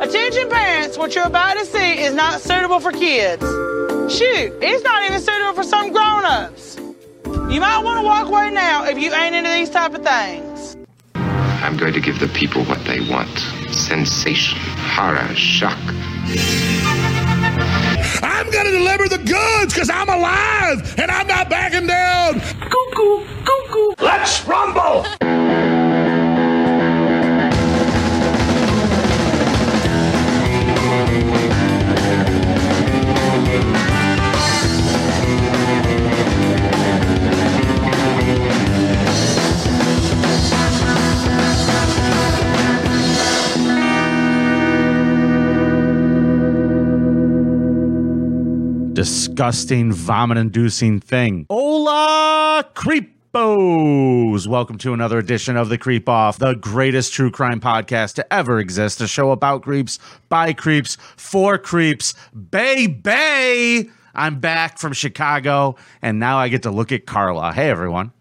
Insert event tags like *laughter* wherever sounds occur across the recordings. Attention parents, what you're about to see is not suitable for kids. Shoot, it's not even suitable for some grown-ups. You might want to walk away now if you ain't into these type of things. I'm going to give the people what they want sensation, horror, shock. I'm going to deliver the goods because I'm alive and I'm not backing down. Cuckoo, cuckoo. Let's rumble. disgusting, vomit inducing thing. Hola, creepos! Welcome to another edition of The Creep Off, the greatest true crime podcast to ever exist. A show about creeps, by creeps, for creeps. Bay Bay! I'm back from Chicago, and now I get to look at Carla. Hey, everyone.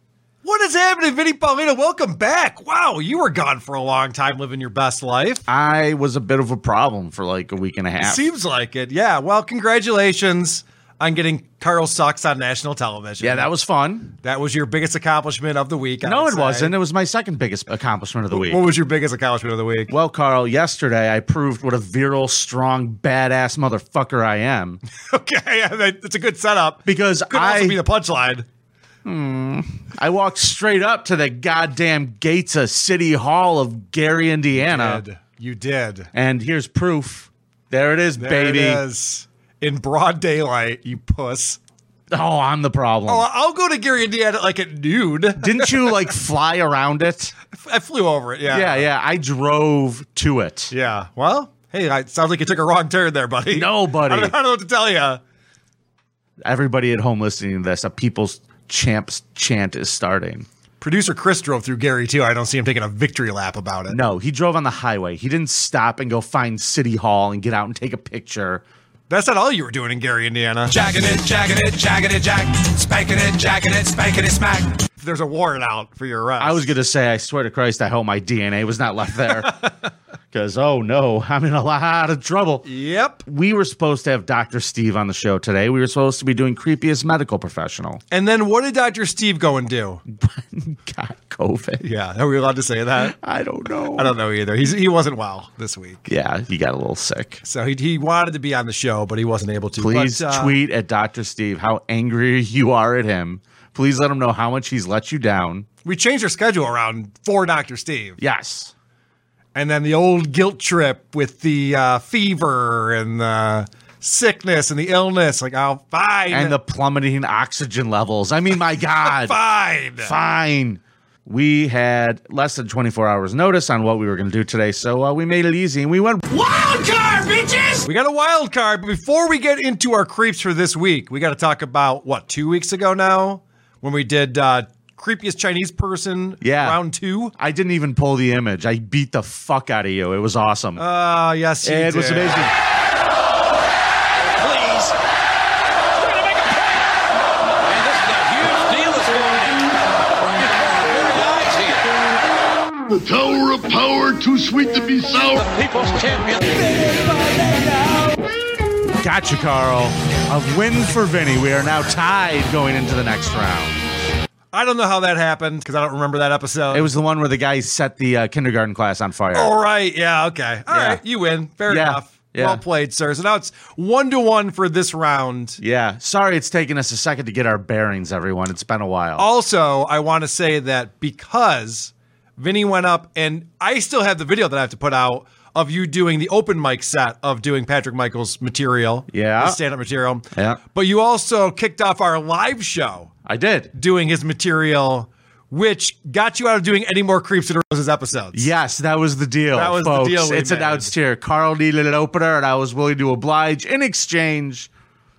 What is happening, Vinny Paulino? Welcome back. Wow, you were gone for a long time living your best life. I was a bit of a problem for like a week and a half. Seems like it. Yeah. Well, congratulations on getting Carl Sucks on national television. yeah, that was fun. that was your biggest accomplishment of the week. I No, would it say. wasn't. It was my second biggest accomplishment of the week. What was your biggest accomplishment of the week? *laughs* Well, Carl, yesterday I proved what a virile, strong, badass motherfucker I am *laughs* Okay, yeah, that- that's a good setup. because Could also be I the punchline. I walked straight up to the goddamn gates of City Hall of Gary, Indiana, Did. You did. and here's proof. There it is, There baby. It is. In broad daylight, you puss. Oh, I'm the problem. Well, I'll go to Gary, Indiana like at *laughs* noon. Didn't you like fly around it? I flew over it. Yeah. Yeah, yeah. I drove to it. Uh-huh. Yeah. Well, hey, I, sounds like you took a wrong turn there, buddy. No, buddy. *laughs* I don't, I don't know what to tell you. Everybody at home listening to this, a people's champs chant is starting. Producer Chris drove through Gary too. I don't see him taking a victory lap about it. No, he drove on the highway. He didn't stop and go find City Hall and get out and take a picture. That's not all you were doing in Gary, Indiana. Jacking it, jacking it, jacking it, jack. Spanking it, jacking it, spanking it, smack. There's a warrant out for your arrest. I was going to say, I swear to Christ, I hope my DNA was not left *laughs* there. Because, oh no, I'm in a lot of trouble. Yep. We were supposed to have Dr. Steve on the show today. We were supposed to be doing creepiest medical *laughs* professional. And then what did Dr. Steve go and do? Got COVID. Yeah. Are we allowed to say that? I don't know. I don't know either. He's he wasn't well this week. Yeah, he got a little sick. So he, he wanted to be on the show, but he wasn't able to. Please But, uh, tweet at Dr. Steve how angry *laughs* you are at him. Please let him know how much he's let you down. We changed our schedule around for Dr. Steve. Yes. and then the old guilt trip with the uh, fever and the sickness and the illness. Like, oh, fine, And the plummeting oxygen levels. I mean, *laughs* my God. fine, fine. We had less than 24 hours notice on what we were going to do today, so uh, we made it easy and we went. Wild card, bitches! We got a wild card, but before we get into our creeps for this week, we got to talk about what two weeks ago now when we did uh, creepiest Chinese person, Yeah. round two. I didn't even pull the image. I beat the fuck out of you. It was awesome. Ah, yes, you it was did. amazing. please. We're going to make a point. And this is a huge deal that's going down. Very eyes here. The tower of power, too sweet to be sour. People's champion. Gotcha, Carl. A win for Vinny. We are now tied going into the next round. I don't know how that happened because I don't remember that episode. It was the one where the guy set the uh, kindergarten class on fire. All right. Yeah. Okay. All right. Yeah. You win. Fair Yeah. enough. Yeah. Well played, sir. So now it's one to one for this round. Yeah. Sorry it's taken us a second to get our bearings, everyone. It's been a while. Oh. Also, I want to say that because Vinny went up and I still have the video that I have to put out of you doing the open mic set of doing Patrick Michaels material. Yeah. Stand up material. Yeah. But you also kicked off our live show I did. doing his material, which got you out of doing any more Creeps and Roses episodes. Yes, that was the deal. That was the folks. deal we it's made. announced here. Carl needed an opener, and I was willing to oblige in exchange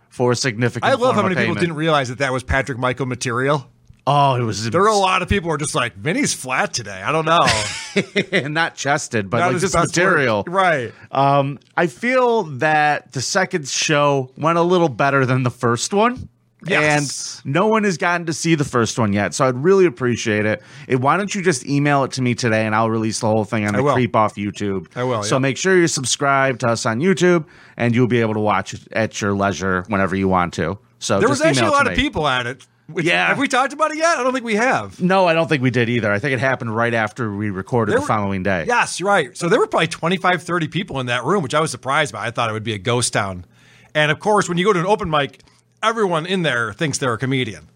for a significant. I love form how of many people payment. didn't realize that that was Patrick Michael material. Oh, it was There are a lot of people who are just like, Vinny's flat today. I *laughs* don't know. not chested, but Not like his this best work. material. *laughs* Right. Um, I feel that the second show went a little better than the first one. Yes. And no one has gotten to see the first one yet. So I'd really appreciate it. It- why don't you just email it to me today and I'll release the whole thing on the will. Creep Off YouTube. I will, So yeah. make sure you're subscribed to us on YouTube and you'll be able to watch it at your leisure whenever you want to. So There just was actually email a it to lot of me. people at it. which- Yeah. Have we talked about it yet? I don't think we have. No, I don't think we did either. I think it happened right after we recorded There the were- following day. Yes, you're right. So there were probably 25, 30 people in that room, which I was surprised by. I thought it would be a ghost town. And of course, when you go to an open mic, everyone in there thinks they're a comedian.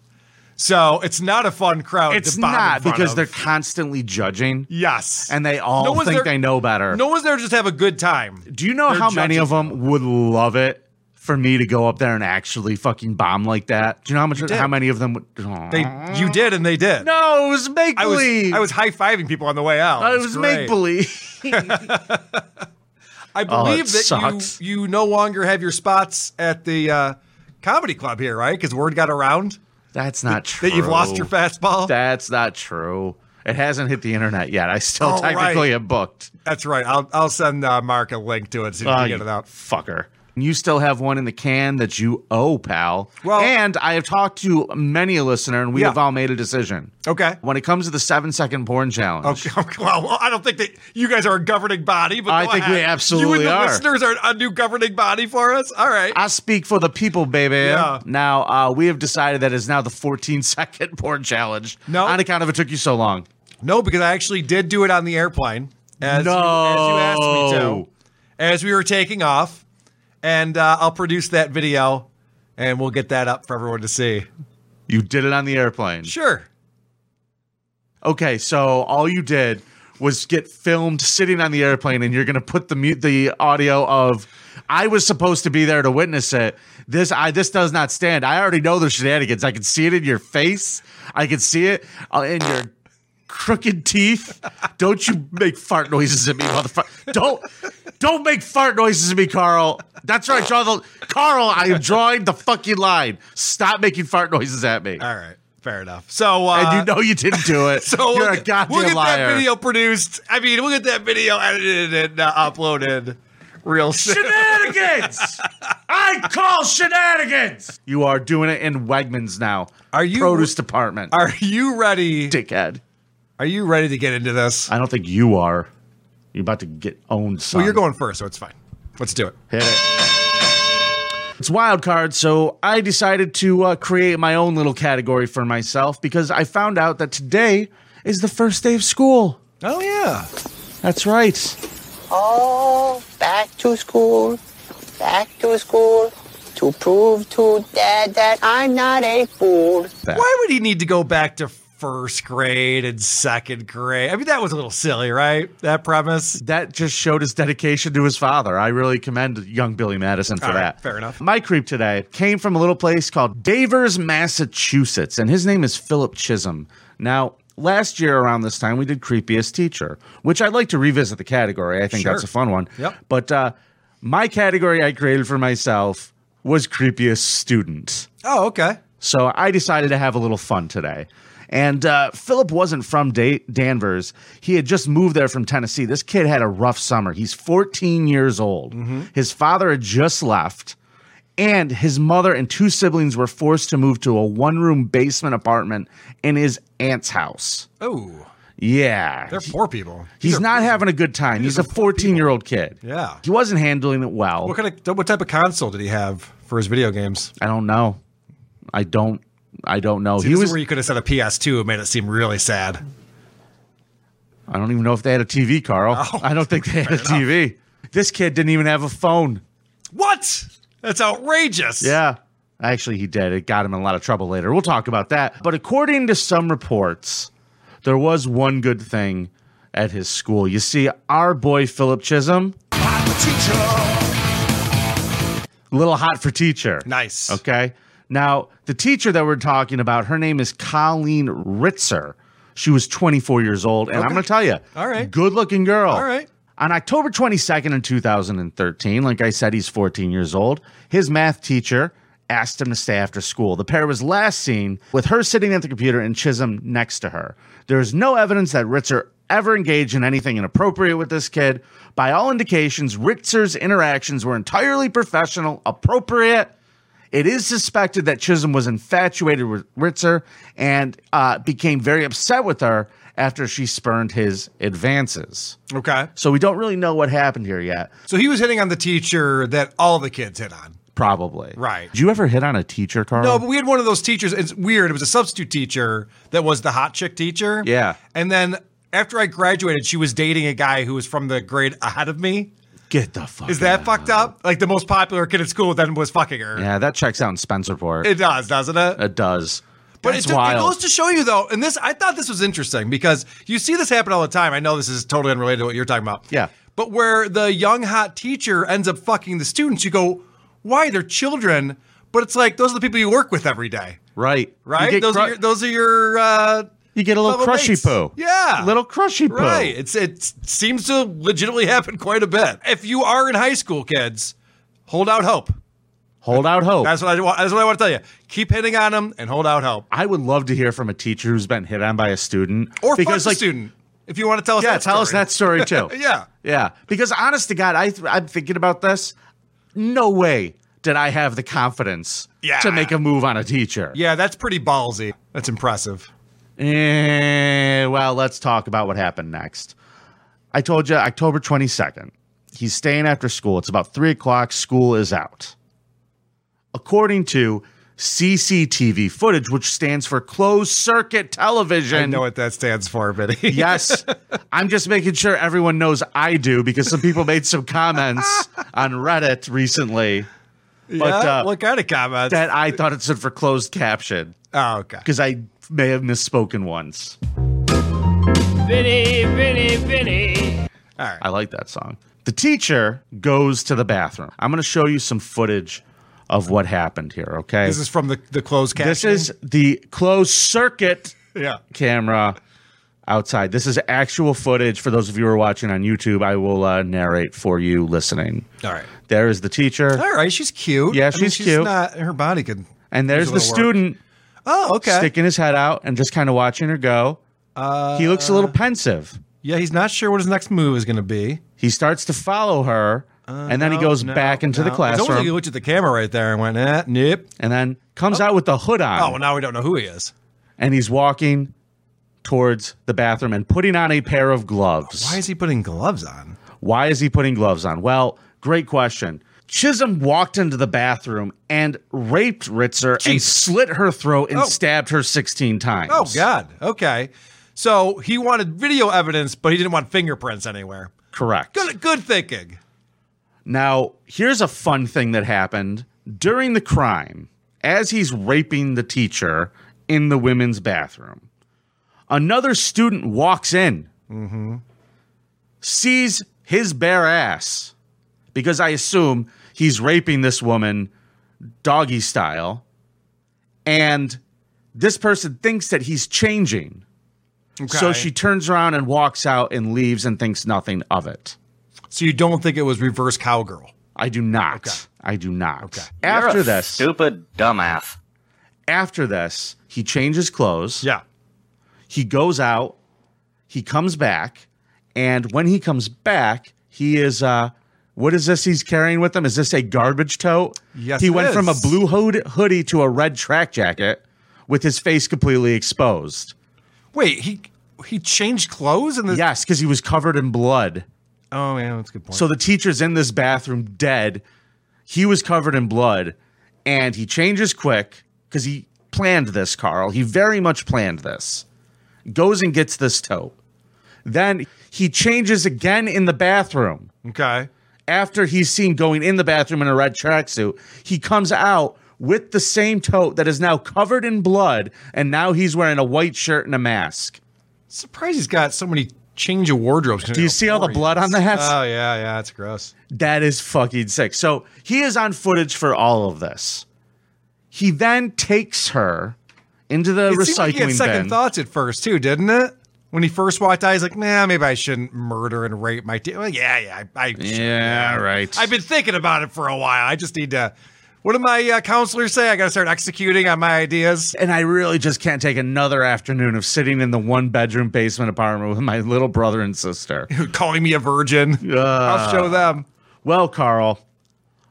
So it's not a fun crowd. It's to bomb in not front because of. they're constantly judging Yes. and they all No one's think there- they know better. No one's there to just have a good time. Do you know They're how many of judges. them would love it for me to go up there and actually fucking bomb like that? Do you know how much? did. How many of them would? Aw. They, you did, and they did. no, it was make I was, believe. I was high fiving people on the way out. It It's was great. make believe. *laughs* I believe that Oh, sucks. you you no longer have your spots at the uh, comedy club here, right? Because word got around That's not true. that you've lost your fastball. That's not true. It hasn't hit the internet yet. I still Oh, technically right. am booked. That's right. I'll I'll send uh, Mark a link to it so you Ah, can you get it out. Fucker. You still have one in the can that you owe, pal. Well- and I have talked to many a listener, and we Yeah. have all made a decision. Okay. When it comes to the seven second porn challenge, Okay. *laughs* Well, I don't think that you guys are a governing body, but I go think we ahead. absolutely you and the are. Listeners are a new governing body for us. All right. I speak for the people, baby. Yeah. Now, uh, we have decided that is now the 14 *laughs* second porn challenge. No. On account of it took you so long. No, because I actually did do it on the airplane. As, you, as you asked me No. to. As we were taking off. And uh, I'll produce that video and we'll get that up for everyone to see. You did it on the airplane. Sure. Okay, so all you did was get filmed sitting on the airplane, and you're going to put the mute, the audio of. I was supposed to be there to witness it. This I this does not stand. I already know the shenanigans. I can see it in your face. I can see it uh, in your crooked teeth. Don't you make fart noises at me, motherfucker! Don't don't make fart noises at me, Carl. That's right, draw the Carl. I am drawing the fucking line. Stop making fart noises at me. All right. Fair enough. So, uh, And you know you didn't do it. *laughs* so you're we'll, a get- goddamn we'll get liar. that video produced. I mean, we'll get that video edited and uh, uploaded real soon. shenanigans. I call shenanigans. You are doing it in Wegmans now. Are you- produce department? Are you ready? dickhead? Are you ready to get into this? I don't think you are. You're about to get owned. Son. Well, you're going first, so it's fine. Let's do it. Hit it. It's wild card, so I decided to uh, create my own little category for myself because I found out that today is the first day of school. Oh yeah. That's right. Oh, back to school, back to school, to prove to dad that I'm not a fool. Why would he need to go back to first grade and second grade? I mean, that was a little silly, right? That premise. that just showed his dedication to his father. I really commend young Billy Madison for All right, that. fair enough. My creep today came from a little place called Davers, Massachusetts, and his name is Philip Chisholm. Now, last year around this time, we did Creepiest Teacher, which I'd like to revisit the category. I think Sure. that's a fun one. Yep. But uh, my category I created for myself was Creepiest Student. Oh, okay. So I decided to have a little fun today. And uh, Philip wasn't from da- Danvers. He had just moved there from Tennessee. This kid had a rough summer. He's 14 years old. Mm-hmm. His father had just left, and his mother and two siblings were forced to move to a one room basement apartment in his aunt's house. Oh, Yeah. they're poor people. These He's are- not having a good time. He's a 14 year old kid. Yeah. He wasn't handling it well. What kind of what type of console did he have for his video games? I don't know. I don't. I don't know. See, he this was. is where you could have said a PS2 and made it seem really sad. I don't even know if they had a TV, Carl. I don't think they had a TV. Oh, This kid didn't even have a phone. What? That's outrageous. Yeah. Actually, he did. It got him in a lot of trouble later. We'll talk about that. But according to some reports, there was one good thing at his school. You see, our boy Philip Chisholm, little hot for teacher. Nice. Okay. Now, the teacher that we're talking about, her name is Colleen Ritzer. She was 24 years old. And I'm Okay. going to tell you, All right. good looking girl. All right. On October 22nd in 2013, like I said, he's 14 years old. His math teacher asked him to stay after school. The pair was last seen with her sitting at the computer and Chisholm next to her. There is no evidence that Ritzer ever engaged in anything inappropriate with this kid. By all indications, Ritzer's interactions were entirely professional, appropriate, It is suspected that Chisholm was infatuated with Ritzer and uh, became very upset with her after she spurned his advances. Okay. So we don't really know what happened here yet, So he was hitting on the teacher that all the kids hit on. probably. Right. Do you ever hit on a teacher, Carl? No, but we had one of those teachers. It's weird. It was a substitute teacher that was the hot chick teacher. Yeah. And then after I graduated, she was dating a guy who was from the grade ahead of me. Get the fuck Is that out. fucked up? Like the most popular kid at school then was fucking her. Yeah, that checks out in Spencerport. It does, doesn't it? it does. But That's it, do- it wild. goes to show you, though, and this I thought this was interesting because you see this happen all the time. I know this is totally unrelated to what you're talking about. Yeah. But where the young hot teacher ends up fucking the students, you go, why? They're children. But it's like those are the people you work with every day, right. You right? get, Those cru- are your, those are your uh, you get a little fellow crushy mates. poo. Yeah. Little crushy poo. Right. It's it seems to legitimately happen quite a bit. If you are in high school, kids, hold out hope. Hold out hope. That's what I want. That's what I want to tell you. Keep hitting on them and hold out hope, I would love to hear from a teacher who's been hit on by a student. because, or because fuck like, the student. If you want to tell us, Yeah, that tell us story. that story too. *laughs* Yeah. yeah. Because honest to God, I th- I'm thinking about this. No way did I have the confidence Yeah. to make a move on a teacher. Yeah, that's pretty ballsy. That's impressive. Eh, well, let's talk about what happened next. I told you October 22nd. He's staying after school. It's about three o'clock. School is out. According to CCTV footage, which stands for closed circuit television. I know *laughs* what that stands for, *laughs* Vinny. Yes. I'm just making sure everyone knows I do because some people made some comments on Reddit recently but, uh, what kind of comments? that I thought it said for closed caption oh, okay. because I may have misspoken once. Vinny, Vinny, Vinny. I like that song. The teacher goes to the bathroom. I'm going to show you some footage of what happened here, okay? This is from the the closed caption. This is the closed circuit yeah. camera outside. This is actual footage for those of you who are watching on YouTube. I will uh, narrate for you listening. All right. There is the teacher. All right, she's cute. Yeah, I mean, she's cute. Not, her body can. And there's use a the little work. student Oh, okay. sticking his head out and just kind of watching her go. he looks a Uh, little pensive. Yeah, he's not sure what his next move is going to be. Oh, He starts to follow her, Uh, and then he goes back into the It's almost like he classroom, looked at the camera right there and went, eh, nope. and then comes out with the hood on, Oh, well, now we don't know who he is. and he's walking towards the bathroom and putting on a pair of gloves. Why is he putting gloves on? Why is he putting gloves on? Well, great question. Chisholm walked into the bathroom and raped Ritzer and slit her throat and Oh. stabbed her 16 times. Oh, God. Okay. So he wanted video evidence, but he didn't want fingerprints anywhere. Correct. Good, good thinking. Now, here's a fun thing that happened during the crime as he's raping the teacher in the women's bathroom. Another student walks in, sees his bare ass, because I assume he's raping this woman doggy style, and this person thinks that he's changing. So Okay. she turns around and walks out and leaves and thinks nothing of it. So you don't think it was reverse cowgirl? I do not. I do not. After this, Stupid dumbass. after this, he changes clothes. Yeah. He goes out. He comes back, and when he comes back, he is. uh what is this he's carrying with him? Is this a garbage tote? Yes, He it went from a is. blue hood- hoodie to a red track jacket with his face completely exposed. Wait, he he changed clothes and the Yes, because he was covered in blood. Oh yeah, that's a good point. So the teacher's in this bathroom dead. He was covered in blood and he changes quick because he planned this, Carl. He very much planned this. Goes and gets this tote. Then he changes again in the bathroom. okay. After he's seen going in the bathroom in a red tracksuit, he comes out with the same tote that is now covered in blood and now he's wearing a white shirt and a mask. Surprised he's got so many change of wardrobes. Do you see all the blood on that? Oh yeah, yeah, that's gross. That is fucking sick. So he is on footage for all of this. He then takes her into the It seemed like he had recycling second bin. thoughts at first too, didn't it? When he first walked out, he's like, "Man, maybe I shouldn't murder and rape my teacher." Well, yeah, yeah, I, I Yeah, right. I've been thinking about it for a while. I just need to. What did my uh, counselor say? I got to start executing on my ideas. *laughs* and I really just can't take another afternoon of sitting in the one bedroom basement apartment with my little brother *laughs* and sister. Calling me a virgin. I'll show them. well, Carl,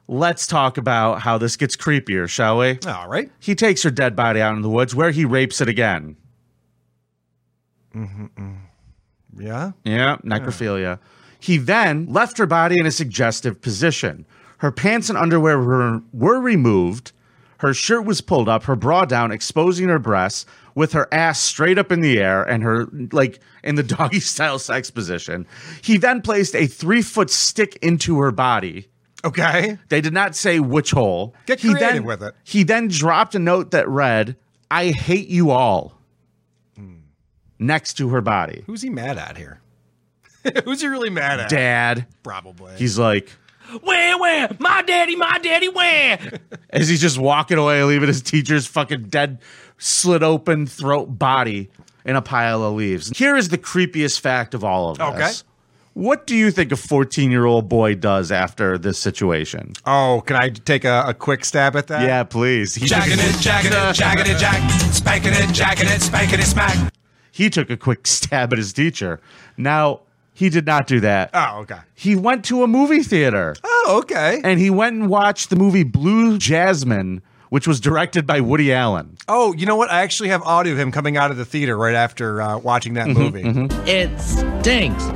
Let's talk about how this gets creepier, shall we? All right. He takes her dead body out in the woods where he rapes it again. Yeah. Yeah, necrophilia. He then left her body in a suggestive position. Her pants and underwear were, were removed. Her shirt was pulled up, her bra down, exposing her breasts, with her ass straight up in the air and her, like, in the *laughs* doggy style sex position. He then placed a three foot stick into her body. Okay. They did not say which hole. Get he creative then, with it. He then dropped a note that read, I hate you all, Hmm. next to her body. Who's he mad at here? *laughs* Who's he really mad at? Dad. Probably. He's like, Wham, wham. My daddy, my daddy, wham. as he's just walking away, leaving his teacher's fucking dead, slit open throat body in a pile of leaves. Here is the creepiest fact of all of Okay. this. What do you think a 14 year old boy does after this situation? oh, can I take a, a quick stab at that? yeah, please. He took, Jacking a, it, jacking it, jacking it, jack. Spanking it, jacking it, spanking it, smack. he took a quick stab at his teacher. Now, he did not do that. Uh. Oh, okay. He went to a movie theater Oh, okay. and he went and watched the movie Blue Jasmine, which was directed by Woody Allen. Oh, you know what? I actually have audio of him coming out of the theater right after uh, watching that movie. It stinks.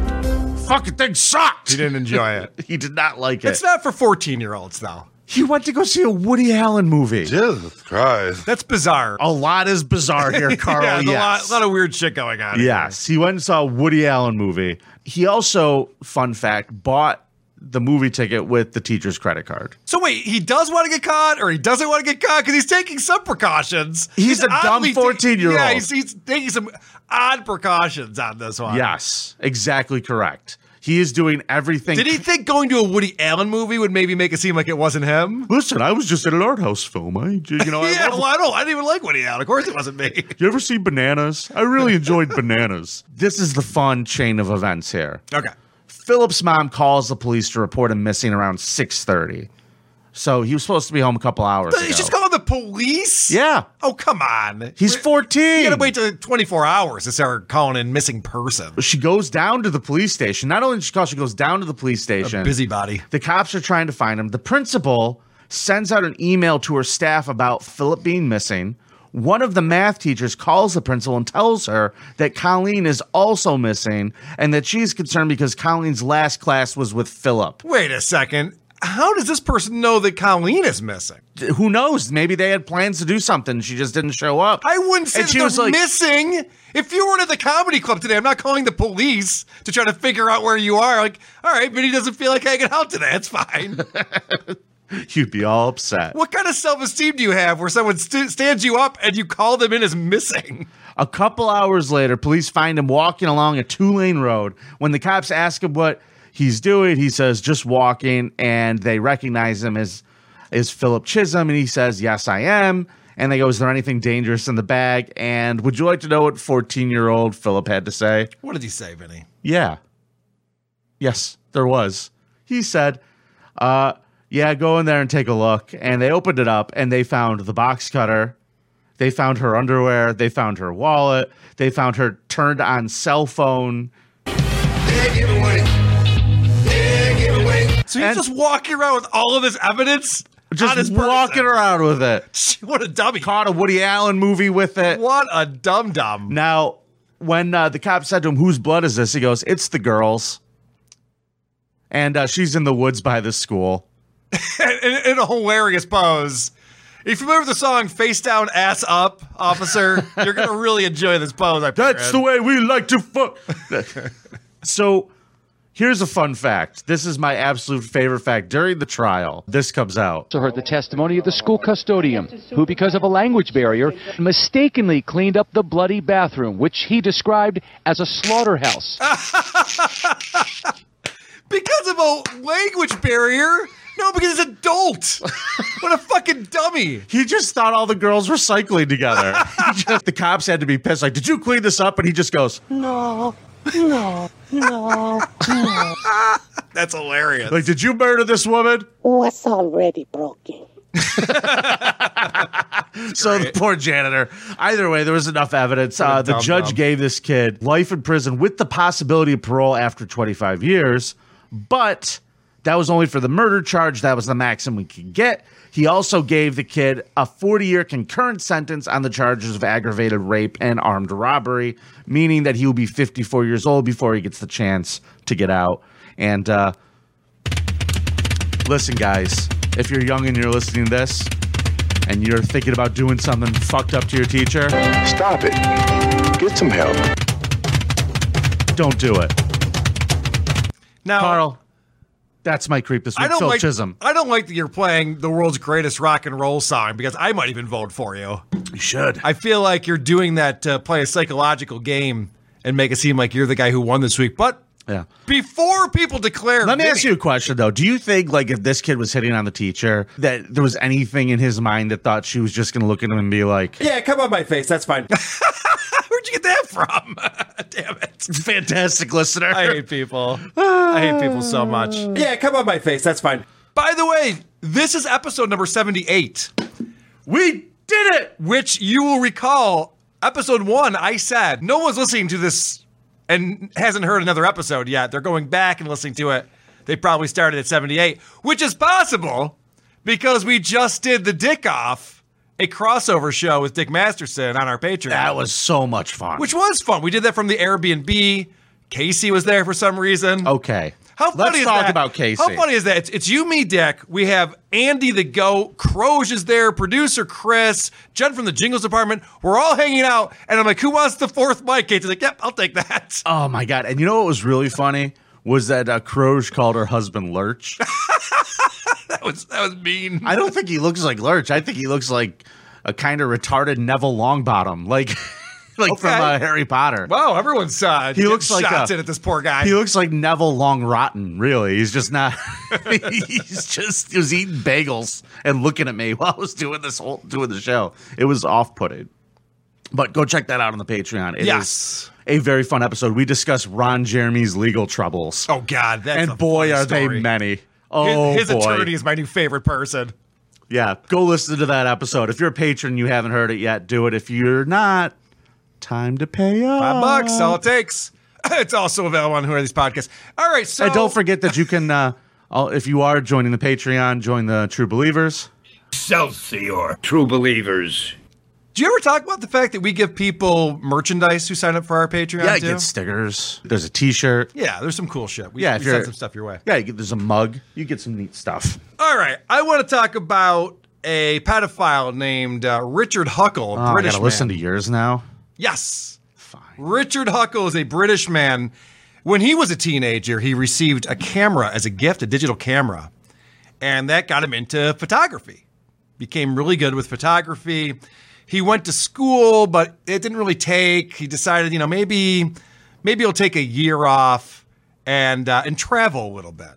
Fucking thing sucked. He didn't enjoy it. He did not like it. *laughs* It's not for 14 year olds, though. He went to go see a Woody Allen movie. Jesus Christ. That's bizarre. A lot is bizarre *laughs* here, Carl. yeah, there's yes. a lot, lot of weird shit going on. yes. He went and saw a Woody Allen movie. He also, fun fact, bought the movie ticket with the teacher's credit card. So wait, he does want to get caught, or he doesn't want to get caught because he's taking some precautions. He's a dumb oddly ta- 14-year-old. Yeah, he's, he's taking some odd precautions on this one. Yes, exactly correct. He is doing everything. Did he think going to a Woody Allen movie would maybe make it seem like it wasn't him? *laughs* Listen, I was just at an art house film. I, you know, I yeah, love- well, I don't. I didn't even like Woody Allen. Of course, it *laughs* wasn't me. You ever see bananas? I really enjoyed bananas. This is the fun chain of events here. Okay. Philip's mom calls the police to report him missing around 6:30. So he was supposed to be home a couple hours ago. He's just calling the police. Yeah. Oh come on. He's We're- 14. You gotta wait till 24 hours to start calling in missing person. She goes down to the police station. Not only did she call, she goes down to the police station. Busybody. The cops are trying to find him. The principal sends out an email to her staff about Philip being missing. One of the math teachers calls the principal and tells her that Colleen is also missing and that she's concerned because Colleen's last class was with Philip. Wait a second. How does this person know that Colleen is missing? Who knows? Maybe they had plans to do something. She just didn't show up. I wouldn't say And that she they're was like- missing. If you weren't at the comedy club today, I'm not calling the police to try to figure out where you are. Like, all right, Vinny doesn't feel like hanging out today. That's fine. You'd be all upset. what kind of self esteem do you have where someone st- stands you up and you call them in as missing? A couple hours later, police find him walking along a two lane road. When the cops ask him what he's doing, he says, just walking. And they recognize him as, as Philip Chisholm. And he says, yes, I am. And they go, is there anything dangerous in the bag? And would you like to know what 14 year old Philip had to say? What did he say, Vinny? Yeah. Yes, there was. He said, uh, yeah, go in there and take a look. And they opened it up and they found the box cutter. They found her underwear. They found her wallet. They found her turned on cell phone. So he's And- just walking around with all of this evidence? on his Just person. walking around with it. *laughs* What a dummy. Caught a Woody Allen movie with it. What a dum dum. Now, when uh, the cop said to him, Whose blood is this? He goes, It's the girls. And uh, she's in the woods by the school. in, in a hilarious pose. If you remember the song "Face Down, Ass Up," *laughs* Officer, you're gonna really enjoy this pose. I That's the way we like to fuck. so here's a fun fact. This is my absolute favorite fact. During the trial, this comes out. Also heard the testimony of the school custodian, who, because of a language barrier, mistakenly cleaned up the bloody bathroom, which he described as a slaughterhouse. because of a language barrier. No, because it's adult. what a fucking dummy. He just thought all the girls were cycling together. *laughs* He just- the cops had to be pissed. Like, did you clean this up? And he just goes, That's hilarious. like, did you murder this woman? What's already broken? So the poor janitor. Either way, there was enough evidence. Uh, the dumb judge dumb. gave this kid life in prison with the possibility of parole after 25 years, but That was only for the murder charge. That was the maximum we could get. He also gave the kid a 40 year concurrent sentence on the charges of aggravated rape and armed robbery, meaning that he will be 54 years old before he gets the chance to get out. And uh, listen, guys, if you're young and you're listening to this and you're thinking about doing something fucked up to your teacher, stop it. Get some help. Don't do it. Now, Carl, that's my creep this week. I don't Phil like Chisholm. I don't like that you're playing the world's greatest rock and roll song because I might even vote for you. You should. I feel like you're doing that to play a psychological game and make it seem like you're the guy who won this week. But Yeah. before people declare, Let me ask winning- you a question though. Do you think like if this kid was hitting on the teacher that there was anything in his mind that thought she was just going to look at him and be like, Yeah, come on my face. That's fine. *laughs* Where'd you get that from? *laughs* Damn it. fantastic listener. I hate people. I hate people so much. Yeah, come on my face. That's fine. By the way, this is episode number 78. We did it! Which you will recall, episode one, I said, no one's listening to this and hasn't heard another episode yet. They're going back and listening to it. They probably started at 78, which is possible because we just did the Dick Off, a crossover show with Dick Masterson on our Patreon. That was so much fun. Which was fun. We did that from the Airbnb. Casey was there for some reason. okay. How funny Let's is talk that? about Casey. How funny is that? It's, it's you, me, Dick. We have Andy the Goat. Croge is there. Producer Chris. Jen from the Jingles Department. We're all hanging out. And I'm like, who wants the fourth mic? Casey's like, yep, I'll take that. Oh my god! And you know what was really funny was that uh, Croge called her husband Lurch. *laughs* That was that was mean. I don't think he looks like Lurch. I think he looks like a kind of retarded Neville Longbottom, like *laughs* like from Okay. uh, Harry Potter. *laughs* wow, everyone's uh, He looks like shots a- in at this poor guy. He looks like Neville Long Rotten, really. He's just not *laughs* he's just he was eating bagels and looking at me *laughs* while I was doing this whole doing the show. It was off putting. But go check that out on the Patreon. It is Yes. a very fun episode. We discuss Ron Jeremy's legal troubles. oh God, that's a and boy funny are they story. many. His- Oh his, boy. attorney is my new favorite person. Yeah, go listen to that episode. If you're a patron and you haven't heard it yet, do it. If you're not, time to pay up. Five bucks, all it takes. *laughs* It's also available on Who Are These Podcasts. All right, so And don't forget that you can, uh, all- if you are joining the Patreon, join the True Believers. Excelsior, true believers. Do you ever talk about the fact that we give people merchandise who sign up for our Patreon? Yeah, you too? get stickers. There's a T-shirt. yeah. There's some cool shit. We, Yeah, we if you're- send some stuff your way. Yeah, you get, there's a mug. You get some neat stuff. All right, I want to talk about a pedophile named uh, Richard Huckle, a Oh, I British gotta listen man. to yours now. Yes, Fine. Richard Huckle is a British man. When he was a teenager, he received a camera as a gift, a digital camera, and that got him into photography. Became really good with photography. He went to school, but it didn't really take. He decided, you know, maybe maybe he'll take a year off and uh, and travel a little bit.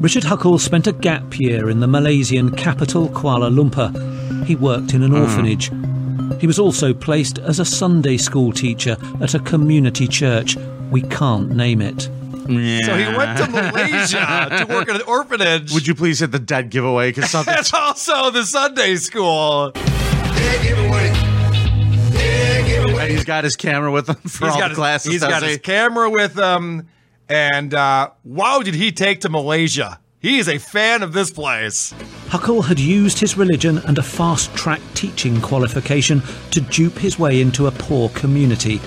Richard Huckle spent a gap year in the Malaysian capital Kuala Lumpur. He worked in an orphanage. He was also placed as a Sunday school teacher at a community church. We can't name it. So he *laughs* went to Malaysia to work at an orphanage. Would you please hit the dead giveaway? Because something. *laughs* That's also the Sunday school. and he's got his camera with him for all the his, classes. he's does got he? his camera with him, and uh, wow, did he take to Malaysia? He is a fan of this place. Huckle had used his religion and a fast track teaching qualification to dupe his way into a poor community.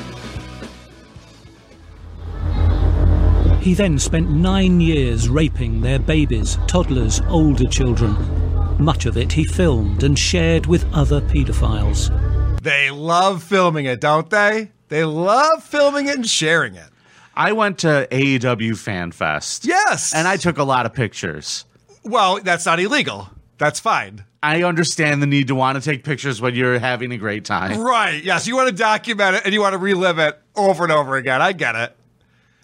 He then spent nine years raping their babies, toddlers, older children. Much of it he filmed and shared with other paedophiles. They love filming it, don't they? They love filming it and sharing it. I went to AEW Fan Fest. Yes. And I took a lot of pictures. Well, that's not illegal. That's fine. I understand the need to want to take pictures when you're having a great time. Right. Yes. You want to document it and you want to relive it over and over again. I get it.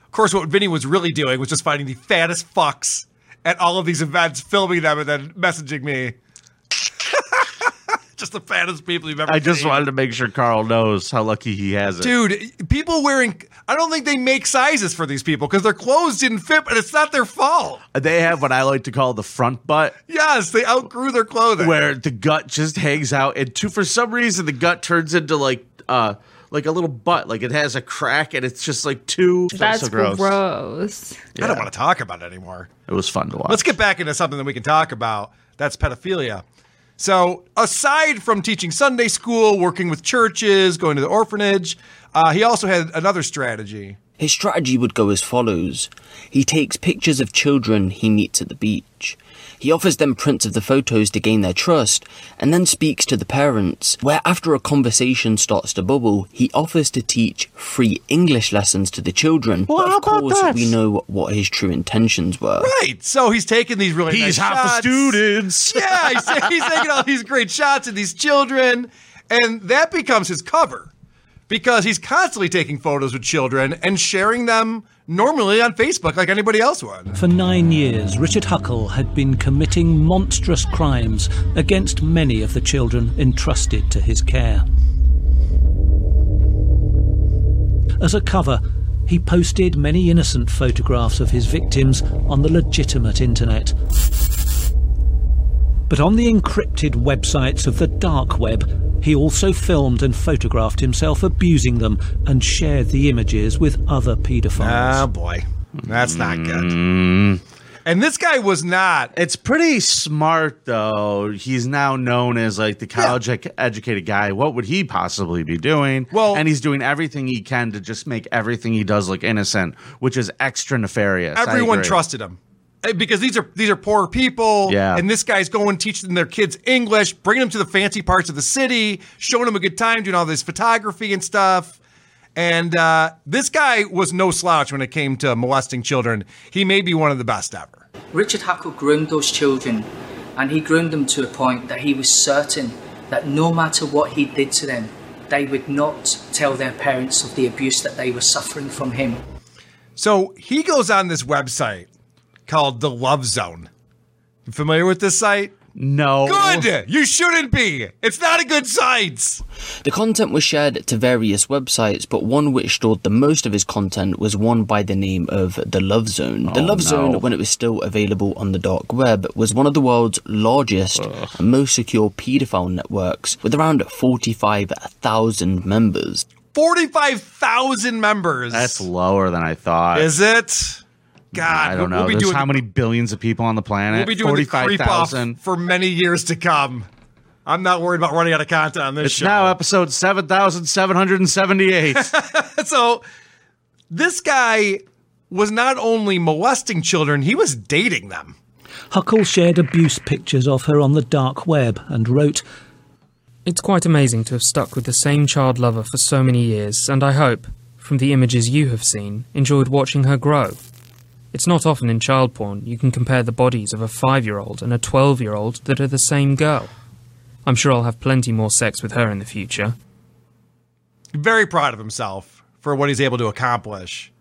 Of course, what Vinny was really doing was just finding the fattest fucks at all of these events, filming them, and then messaging me. *laughs* just the fattest people you've ever I just seen. wanted to make sure Carl knows how lucky he has it. Dude, people wearing. I don't think they make sizes for these people because their clothes didn't fit, but it's not their fault. They have what I like to call the front butt, Yes, they outgrew *laughs* their clothing. where the gut just hangs out, and to, for some reason the gut turns into like uh like a little butt, like it has a crack, and it's just like two. That's so gross. I don't want to talk about it anymore. It was fun to watch. Let's get back into something that we can talk about. That's pedophilia. So, aside from teaching Sunday school, working with churches, going to the orphanage, uh, he also had another strategy. His strategy would go as follows He takes pictures of children he meets at the beach. He offers them prints of the photos to gain their trust, and then speaks to the parents, where after a conversation starts to bubble, he offers to teach free English lessons to the children. Well, but how of about course, that? we know what his true intentions were. Right. So he's taking these really He's nice half the shots. students. *laughs* Yeah, he's, he's taking all these great shots of these children, and that becomes his cover because he's constantly taking photos with children and sharing them normally on Facebook like anybody else would. For nine years, Richard Huckle had been committing monstrous crimes against many of the children entrusted to his care. As a cover, he posted many innocent photographs of his victims on the legitimate internet. But on the encrypted websites of the dark web, he also filmed and photographed himself abusing them and shared the images with other paedophiles. Oh boy, that's not good. Mm. And this guy was not. It's pretty smart though. He's now known as like the college ec- educated guy. What would he possibly be doing? Well, and he's doing everything he can to just make everything he does look innocent, which is extra nefarious. I Everyone agree. trusted him Eh, because these are these are poor people. Yeah. And this guy's going teaching their kids English, bringing them to the fancy parts of the city, showing them a good time, doing all this photography and stuff. And uh, this guy was no slouch when it came to molesting children. He may be one of the best ever. Richard Hackle groomed those children, and he groomed them to a point that he was certain that no matter what he did to them, they would not tell their parents of the abuse that they were suffering from him. So he goes on this website called The Love Zone. You familiar with this site? No. Good. You shouldn't be. It's not a good site. The content was shared to various websites, but one which stored the most of his content was one by the name of The Love Zone. the Oh, Love no. Zone, when it was still available on the dark web, was one of the world's largest and most secure paedophile networks, with around 45,000 members. 45,000 members. That's lower than I thought. Is it? God, I don't we'll- know. We'll be There's doing, how many billions of people on the planet? we'll be doing the creep off 45,000. for many years to come. I'm not worried about running out of content on this It's show. now episode 7,778. so this guy was not only molesting children, he was dating them. Huckle shared abuse pictures of her on the dark web and wrote, It's quite amazing to have stuck with the same child lover for so many years, and I hope, from the images you have seen, enjoyed watching her grow. It's not often in child porn you can compare the bodies of a five year old and a twelve year old that are the same girl. I'm sure I'll have plenty more sex with her in the future. very proud of himself for what he's able to accomplish.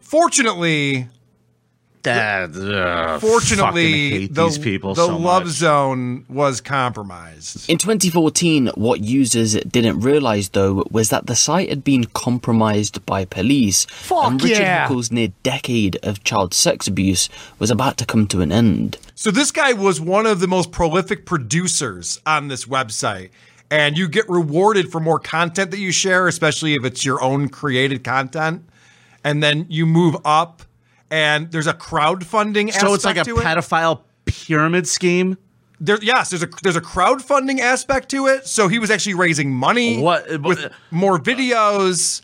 Fortunately, *laughs* Dad, ugh, fortunately, fucking hate the, these people the so love much. zone was compromised. In 2014, what users didn't realise though was that the site had been compromised by police, and Richard yeah. Huckle's near decade of child sex abuse was about to come to an end. So this guy was one of the most prolific producers on this website. And you get rewarded for more content that you share, especially if it's your own created content. And then you move up and there's a crowdfunding So it's like aspect a to it. pedophile pyramid scheme? There, yes, there's a there's a crowdfunding aspect to it. So he was actually raising money uh, with more videos.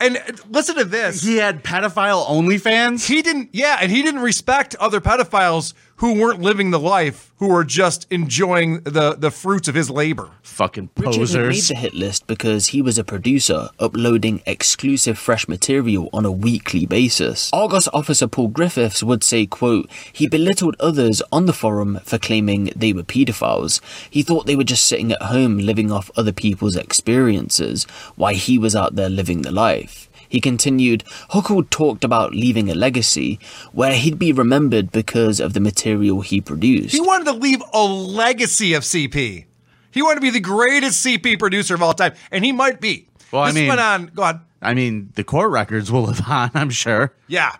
And listen to this. He had pedophile OnlyFans? He didn't yeah, and he didn't respect other pedophiles who weren't living the life, who were just enjoying the, the fruits of his labor. Fucking Richard had made the hit list because he was a producer, uploading exclusive fresh material on a weekly basis. Argos officer Paul Griffiths would say, quote, he belittled others on the forum for claiming they were paedophiles. He thought they were just sitting at home living off other people's experiences, while he was out there living the life. He continued, Huckle talked about leaving a legacy where he'd be remembered because of the material he produced. He wanted to leave a legacy of CP. He wanted to be the greatest CP producer of all time, and he might be. Well, I this mean- went on. Go on. I mean, the court records will live on, I'm sure. Yeah.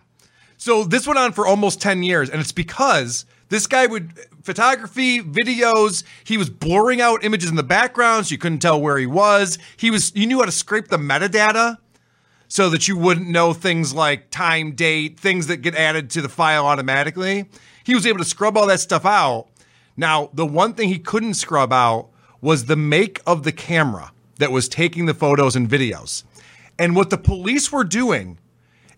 So this went on for almost 10 years, and it's because This guy would photography, videos. He was blurring out images in the background, so you couldn't tell where he was. He was you knew how to scrape the metadata so that you wouldn't know things like time, date, things that get added to the file automatically. He was able to scrub all that stuff out. Now, the one thing he couldn't scrub out was the make of the camera that was taking the photos and videos. And what the police were doing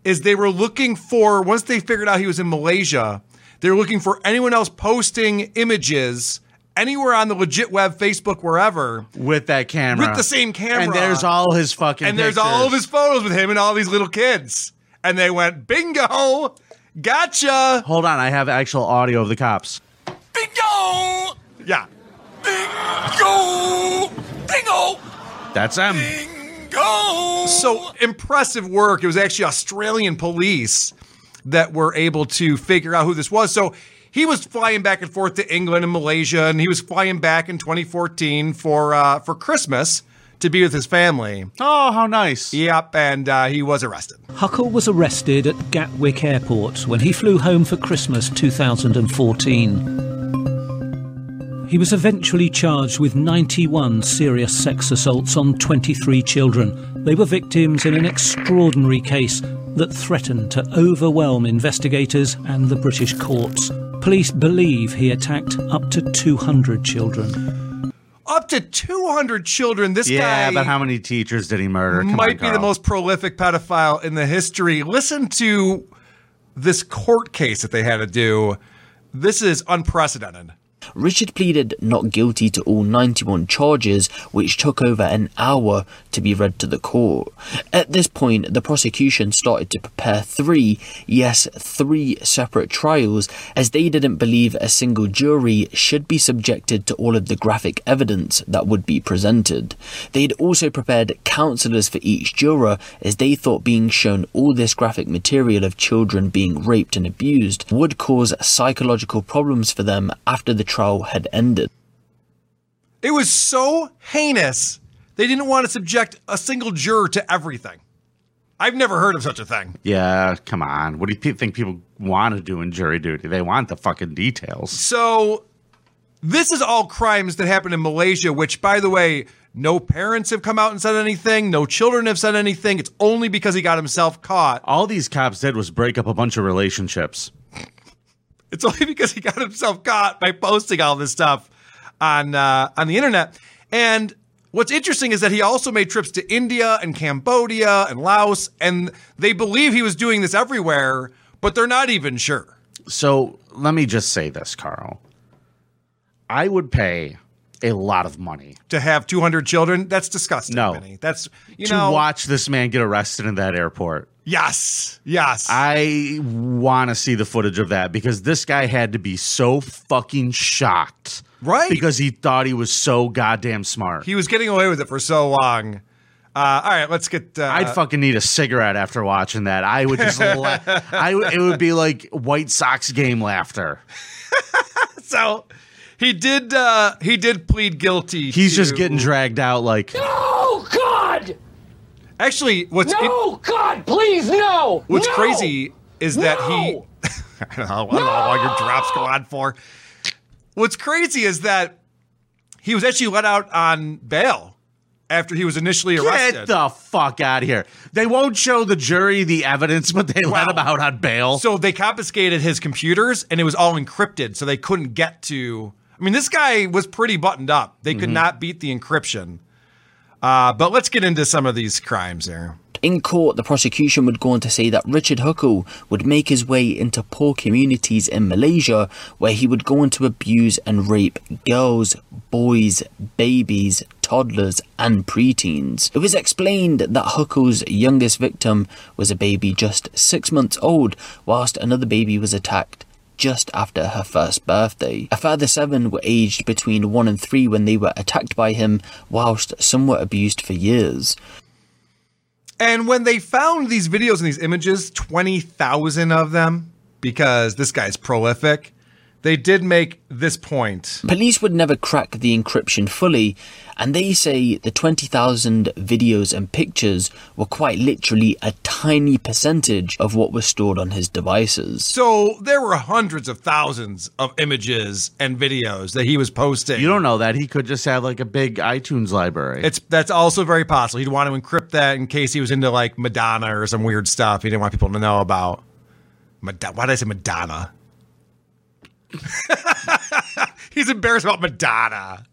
is they were looking for, once they figured out he was in Malaysia, they were looking for anyone else posting images anywhere on the legit web, Facebook, wherever, with that camera. with the same camera. And there's all his fucking and there's all of pictures. his photos with him and all these little kids. And they went, bingo, gotcha. Hold on, I have actual audio of the cops. Bingo! Yeah. Bingo! Bingo! That's them. Go! So impressive work. It was actually Australian police that were able to figure out who this was. So he was flying back and forth to England and Malaysia, and he was flying back in 2014 for uh, for Christmas to be with his family. Oh, how nice! Yep, and uh, he was arrested. Huckle was arrested at Gatwick Airport when he flew home for Christmas 2014. He was eventually charged with 91 serious sex assaults on 23 children. They were victims in an extraordinary case that threatened to overwhelm investigators and the British courts. Police believe he attacked up to 200 children. Up to 200 children. This yeah, guy but how many teachers did he murder? Come might on, be the Carl. most prolific pedophile in the history. Listen to this court case that they had to do. This is unprecedented. Richard pleaded not guilty to all 91 charges, which took over an hour to be read to the court. At this point, the prosecution started to prepare three, yes, three separate trials, as they didn't believe a single jury should be subjected to all of the graphic evidence that would be presented. They had also prepared counselors for each juror, as they thought being shown all this graphic material of children being raped and abused would cause psychological problems for them after the trial had ended. It was so heinous, they didn't want to subject a single juror to everything. I've never heard of such a thing. Yeah, come on. What do you pe- think people want to do in jury duty? They want the fucking details. So, this is all crimes that happened in Malaysia, which, by the way, no parents have come out and said anything. No children have said anything. It's only because he got himself caught. All these cops did was break up a bunch of relationships. It's *laughs* only because he got himself caught by posting all this stuff on uh, on the internet. And what's interesting is that he also made trips to India and Cambodia and Laos, and they believe he was doing this everywhere, but they're not even sure. So let me just say this, Carl. I would pay a lot of money to have 200 children. That's disgusting. No. Vinny. that's you to know. watch this man get arrested in that airport. Yes, yes. I want to see the footage of that because this guy had to be so fucking shocked. Right. Because he thought he was so goddamn smart. He was getting away with it for so long. Uh, all right, let's get. Uh, I'd fucking need a cigarette after watching that. I would just, la- I would- it would be like White Sox game laughter. So he did. Uh, he did plead guilty. He's just to- getting dragged out *laughs* like, Oh, God! Actually, what's No, God, please, no! What's No! crazy is that he. I don't know, I don't know how long your drops go on for. What's crazy is that he was actually let out on bail after he was initially arrested. get the fuck out of here. They won't show the jury the evidence, but they let him out on bail. So they confiscated his computers and it was all encrypted, so they couldn't get to. I mean, this guy was pretty buttoned up. They Mm-hmm. could Mhm. not beat the encryption. Uh, but let's get into some of these crimes there. In court, the prosecution would go on to say that Richard Huckle would make his way into poor communities in Malaysia where he would go on to abuse and rape girls, boys, babies, toddlers, and preteens. It was explained that Huckle's youngest victim was a baby just six months old, whilst another baby was attacked just after her first birthday. A further seven were aged between one and three when they were attacked by him, whilst some were abused for years. And when they found these videos and these images, 20,000 of them, because this guy's prolific, They did make this point. Police would never crack the encryption fully, and they say the 20,000 videos and pictures were quite literally a tiny percentage of what was stored on his devices. So there were hundreds of thousands of images and videos that he was posting. You don't know that. He could just have like a big iTunes library. It's that's also very possible. He'd want to encrypt that in case he was into like Madonna or some weird stuff he didn't want people to know about. Madonna, why did I say Madonna? *laughs* He's embarrassed about Madonna.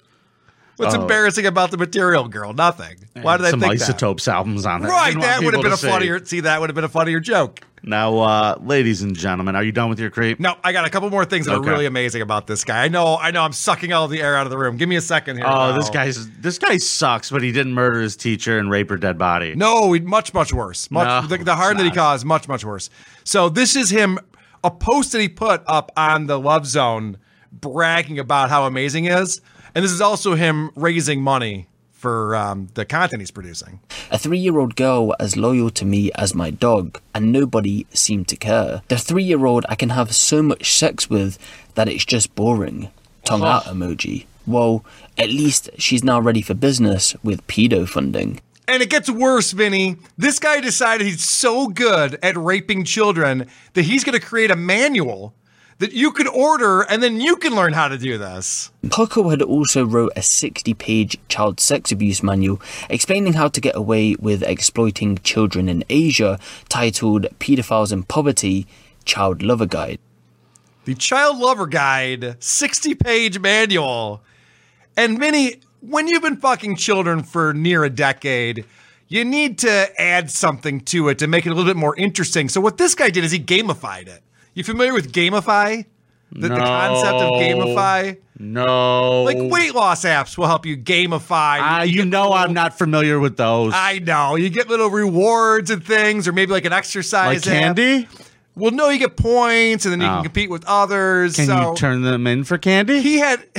What's Oh. embarrassing about the Material Girl? Nothing. Why did I some think that? isotopes albums on it. Right, Didn't want that would have people been to a see. funnier. See, that would have been a funnier joke. Now, uh, ladies and gentlemen, are you done with your creep? No, I got a couple more things that Okay. are really amazing about this guy. I know, I know, I'm sucking all the air out of the room. Give me a second here. Oh, now. this guy's this guy sucks, but he didn't murder his teacher and rape her dead body. No, he- much much worse. Much No, the, the harm that he caused, much much worse. So this is him a post that he put up on the Love Zone, bragging about how amazing he is, and this is also him raising money for um, the content he's producing. A three year old girl as loyal to me as my dog, and nobody seemed to care. The three year old I can have so much sex with that it's just boring. Tongue out emoji. Well, at least she's now ready for business with pedo funding. And it gets worse, Vinny. This guy decided he's so good at raping children that he's going to create a manual that you could order and then you can learn how to do this. Huckle had also wrote a 60 page child sex abuse manual explaining how to get away with exploiting children in Asia, titled Pedophiles in Poverty Child Lover Guide. The Child Lover Guide, 60 page manual. And Vinny, when you've been fucking children for near a decade, you need to add something to it to make it a little bit more interesting. So, what this guy did is he gamified it. You familiar with gamify? The, the concept of No. gamify? No. Like weight loss apps will help you gamify. Uh, you know I'm not familiar with those. I know. You get little rewards and things, or maybe like an exercise Like app. candy? Well, no, you get points and then you Oh. can compete with others. Can so you turn them in for candy? He had *laughs*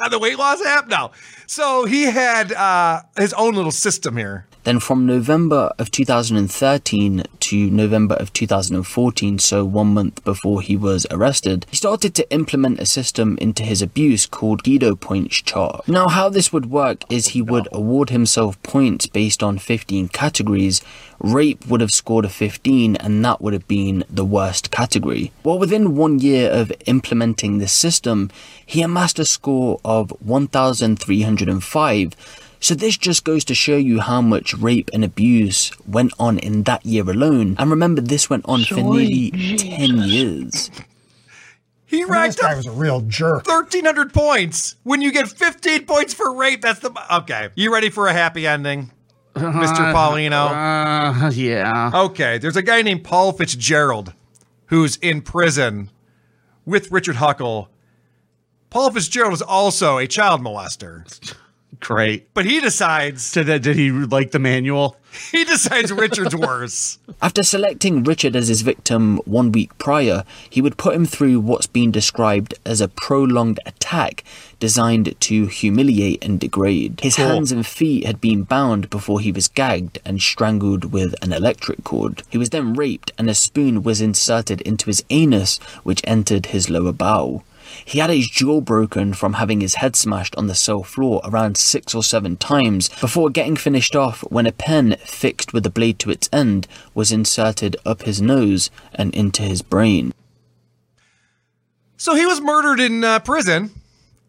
on the weight loss app? No. So he had uh, his own little system here. Then from November of 2013 to November of 2014, so one month before he was arrested, he started to implement a system into his abuse called Guido Points Chart. Now, how this would work is he would award himself points based on 15 categories. Rape would have scored a 15, and that would have been the worst category. Well, within one year of implementing this system, he amassed a score of 1,305. So this just goes to show you how much rape and abuse went on in that year alone. And remember, this went on for nearly 10 years. He racked up was a real jerk. 1,300 points when you get 15 points for rape. That's the. Okay. You ready for a happy ending, Mr. Paulino? Uh, *laughs* yeah. Okay, there's a guy named Paul Fitzgerald who's in prison with Richard Huckle. Paul Fitzgerald is also a child molester, Great. but he decides Did, that- did he like the manual? he decides Richard's worse. After selecting Richard as his victim one week prior, he would put him through what's been described as a prolonged attack designed to humiliate and degrade. His Cool. hands and feet had been bound before he was gagged and strangled with an electric cord. He was then raped, and a spoon was inserted into his anus, which entered his lower bowel. He had his jaw broken from having his head smashed on the cell floor around six or seven times before getting finished off when a pen fixed with a blade to its end was inserted up his nose and into his brain. So he was murdered in uh, prison,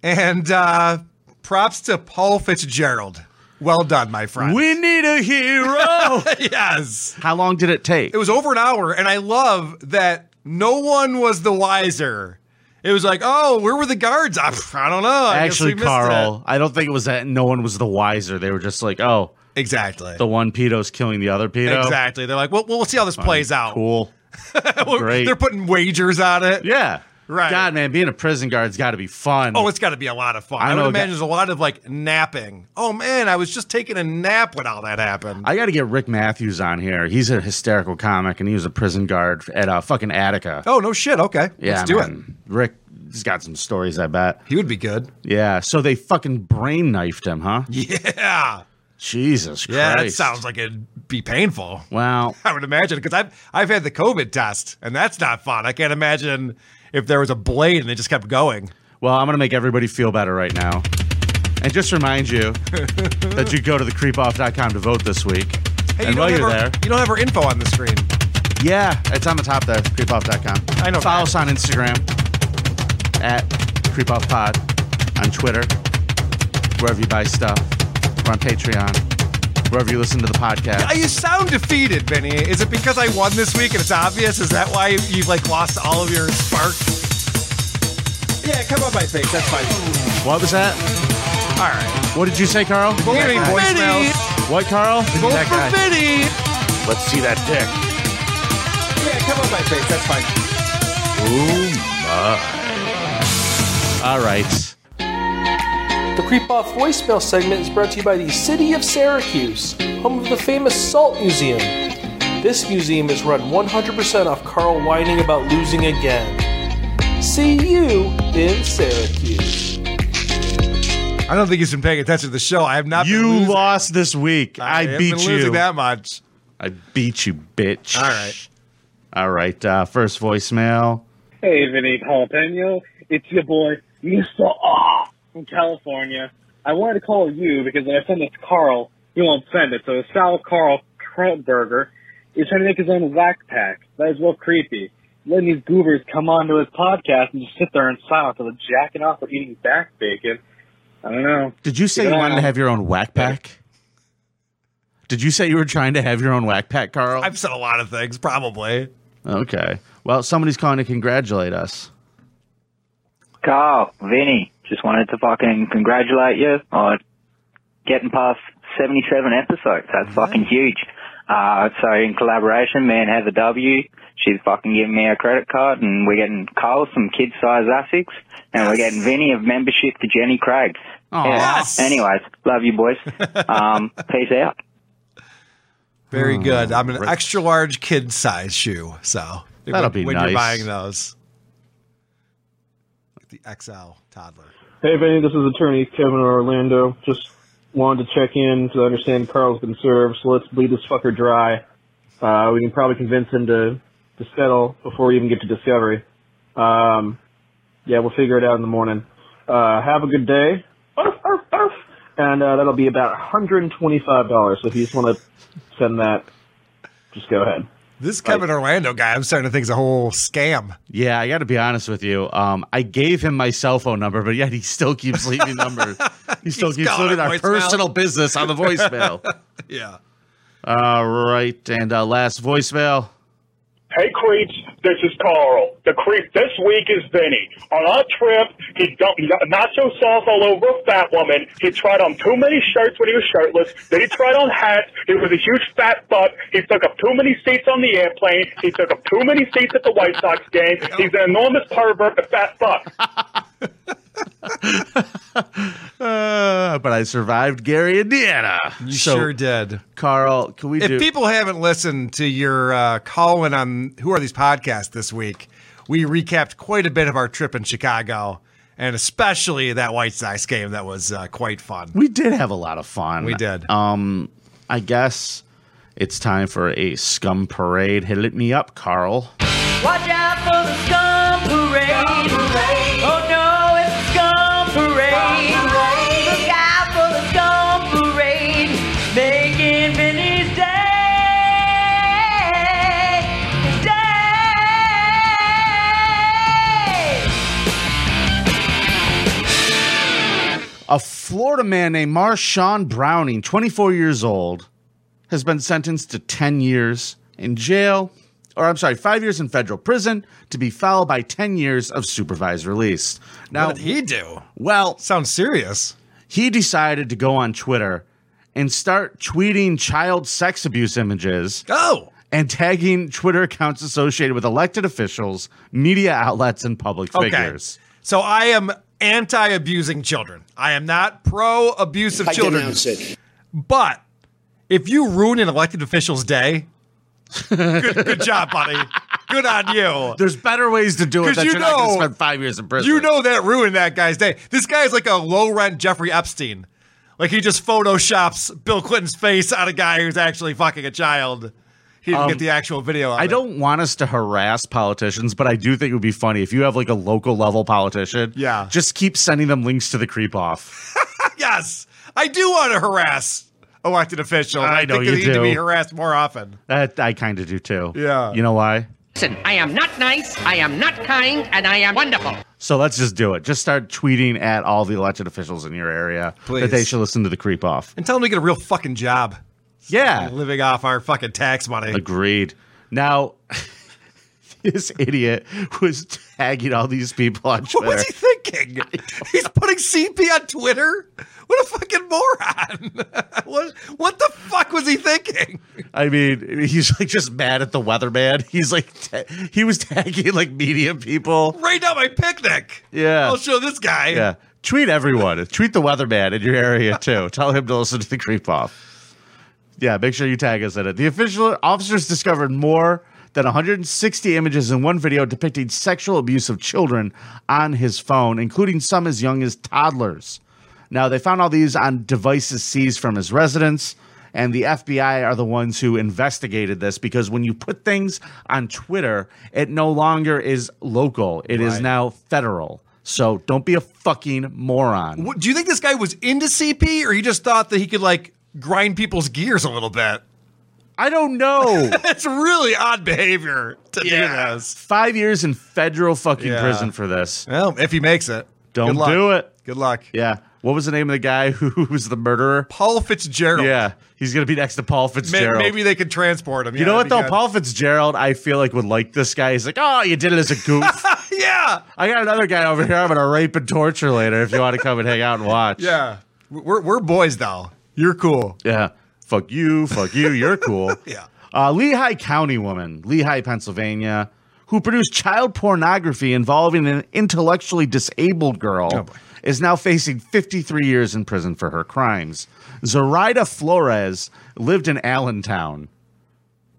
and uh, props to Paul Fitzgerald. Well done, my friend. We need a hero. *laughs* yes. How long did it take? It was over an hour, and I love that no one was the wiser. It was like, oh, where were the guards? I, I don't know. I guess we Actually, missed Carl, I don't think it was that no one was the wiser. They were just like, oh. Exactly. The one pedo's killing the other it. pedo. Exactly. They're like, well, we'll see how this plays out. *laughs* Cool. Great. They're putting wagers on it. Yeah. Right. God, man, being a prison guard's got to be fun. Oh, it's got to be a lot of fun. I I, would know a guy- imagine there's a lot of like napping. Oh man, I was just taking a nap when all that happened. I got to get Rick Matthews on here. He's a hysterical comic, and he was a prison guard at uh, fucking Attica. Oh no shit. Okay, yeah, let's do it. man. Rick, he's got some stories. I bet he would *laughs* be good. Yeah. So they fucking brain knifed him, huh? Yeah. Jesus Yeah, that Christ. sounds like it'd be painful. Wow. I would imagine because I've I've had the COVID test, and that's not fun. I can't imagine if there was a blade and it just kept going. Well, I'm gonna make everybody feel better right now, and just remind *laughs* you that you go to thecreepoff.com to vote this week. Hey, and you, while don't have you're our, there, you don't have our info on the screen. yeah, it's on the top there, creepoff.com. I know. Follow us on Instagram at creepoffpod, on Twitter, wherever you buy stuff. We're on Patreon, wherever you listen to the podcast. Yeah, You sound defeated, Benny. Is it because I won this week and it's obvious? Is that why you've like lost all of your spark? Yeah, come on my face. That's fine. What was that? All right. What did you say, Carl? Vote Give me for Vinny. voicemails. What, Carl? Vote That for guy. Vinny. Let's see that dick. Yeah, come on my face. That's fine. Oh my. All right. The Creep Off voicemail segment is brought to you by the City of Syracuse, home of the famous Salt Museum. This museum is run 100% off Carl whining about losing again. See you in Syracuse. I don't think he's been paying attention to the show. I have not. You lost this week. I, haven't beat been you losing that much. I beat you, bitch. All right. All right. Uh, first voicemail. Hey, Vinny Jalapeno. It's your boy, Mr. R from California. I wanted to call you because when I send this to Carl, he won't send it. So Sal Carl Krautberger is trying to make his own whack pack. That is real creepy. Letting these goobers come onto his podcast and just sit there in silence while they're jacking off or eating back bacon. I don't know. Did you say you Yeah. wanted to have your own whack pack? Did you say you were trying to have your own whack pack, Carl? I've said a lot of things, probably. Okay. Well, somebody's calling to congratulate us. Carl, Vinny, just wanted to fucking congratulate you on getting past 77 episodes. That's fucking huge. Uh, so in collaboration, me and Heather W, she's fucking giving me a credit card and we're getting Carl some kid size ASICs and we're getting Vinny of membership to Jenny Craig. Aw. Yes. Anyways, love you boys. Um, peace out. Hmm. Very good. I'm an extra large kid size shoe, so That'll when, be when nice. you're buying those. The XL toddler. Hey, Vinny, this is attorney Kevin Orlando. Just wanted to check in to understand Carl's been served, so let's bleed this fucker dry. Uh, we can probably convince him to, to settle before we even get to discovery. Um, yeah, we'll figure it out in the morning. Uh, have a good day. Arf, arf, arf. And uh, that'll be about $125. So if you just want to send that, just go ahead. This Kevin Orlando guy, I'm starting to think is a whole scam. Yeah, I got to be honest with you. Um, I gave him my cell phone number, but yet he still keeps leaving *laughs* numbers. He still He's keeps calling leaving it our voicemail. personal business on the *laughs* voicemail. yeah. All right, and uh, last voicemail. Hey, creeps. This is Carl. The creep this week is Vinny. On our trip, he dumped n- nacho sauce all over a fat woman. He tried on too many shirts when he was shirtless. Then he tried on hats. It was a huge fat butt. He took up too many seats on the airplane. He took up too many seats at the White Sox game. He's an enormous pervert, a fat fuck. Uh, but I survived Gary, Indiana. You sure did. Carl, can we if do people haven't listened to your uh, call in on who are these podcasts this week, we recapped quite a bit of our trip in Chicago, and especially that White Sox game that was uh, quite fun. We did have a lot of fun. We did. Um, I guess it's time for a scum parade. Hit it me up, Carl. Watch out for the scum parade. Oh no, it's the scum parade. Look out for the scum parade. Making Vinny's day. His day. A Florida man named Marshawn Browning, 24 years old, has been sentenced to 10 years in jail, or I'm sorry, five years in federal prison, to be followed by 10 years of supervised release. Now, What did he do? Well, sounds serious. He decided to go on Twitter and start tweeting child sex abuse images. Oh. And tagging Twitter accounts associated with elected officials, media outlets, and public figures. So I am anti abusing children. I am not pro abuse of I children. denounce But if you ruin an elected official's day, good, good job, buddy. Good on you. There's better ways to do it 'Cause that you you're not going know- to spend five years in prison. You know that ruined that guy's day. This guy is like a low rent Jeffrey Epstein. Like he just photoshops Bill Clinton's face on a guy who's actually fucking a child. He didn't Um, get the actual video. Of I it. don't want us to harass politicians, but I do think it would be funny if you have like a local level politician. Yeah. Just keep sending them links to the creep off. Yes, I do want to harass elected officials. I know think you they need to be do. harassed more often. That I kind of do too. Yeah. You know why? Listen, I am not nice, I am not kind, and I am wonderful. So let's just do it. Just start tweeting at all the elected officials in your area that Please. they should listen to the creep off. And tell them to get a real fucking job. Yeah. Living off our fucking tax money. *laughs* Agreed. Now, *laughs* this idiot was tagging all these people *laughs* on Twitter. What's he *laughs* thinking? He's putting CP on Twitter? What a fucking moron. *laughs* what, what the fuck was he thinking? I mean, he's like just mad at the weatherman. *laughs* He's like, ta- he was tagging like media people. Right now, my picnic. Yeah. I'll show this guy. Yeah. Tweet everyone. Tweet the weatherman in your area too. Tell him to listen to the creep off. Yeah, make sure you tag us in it. The official officers discovered more than 160 images in one video depicting sexual abuse of children on his phone, including some as young as toddlers. Now, they found all these on devices seized from his residence, and the FBI are the ones who investigated this because when you put things on Twitter, it no longer is local, It is Right. now federal. So don't be a fucking moron. What, do you think this guy was into CP or he just thought that he could, like, grind people's gears a little bit? *laughs* I don't know. it's really odd behavior to do this. Five years in federal fucking Yeah. prison for this. Well, if he makes it, don't Good luck. do it. Good luck. Yeah. What was the name of the guy *laughs* who was the murderer? Paul Fitzgerald. Yeah. He's going to be next to Paul May- Fitzgerald. Maybe they could transport him. you Yeah, know what though, that'd be Paul Fitzgerald, I feel like would like this guy. He's like, oh, you did it as a goof. *laughs* good. *laughs* Yeah. I got another guy over here. I'm gonna rape and torture later. If you want to come and hang out and watch, Yeah. We're, we're boys though. You're cool. Yeah. Fuck you. Fuck you. You're cool. yeah. Uh, Lehigh County woman, Lehigh, Pennsylvania, who produced child pornography involving an intellectually disabled girl, is now facing 53 years in prison for her crimes. Zoraida Flores lived in Allentown,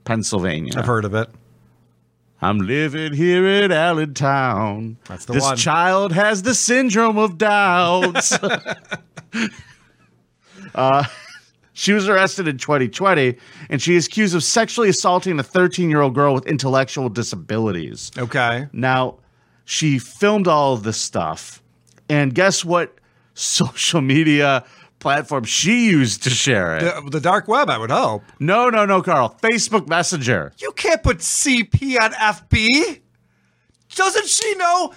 Pennsylvania. I've heard of it. I'm living here in Allentown. That's the this one. child has the syndrome of *laughs* Downs. *laughs* uh, she was arrested in 2020, and she is accused of sexually assaulting a 13 year old girl with intellectual disabilities. Okay. Now, she filmed all of this stuff, and guess what social media platform she used to share it? The, the dark web, I would hope. No, no, no, Carl. Facebook Messenger. You can't put CP on FB. Doesn't she know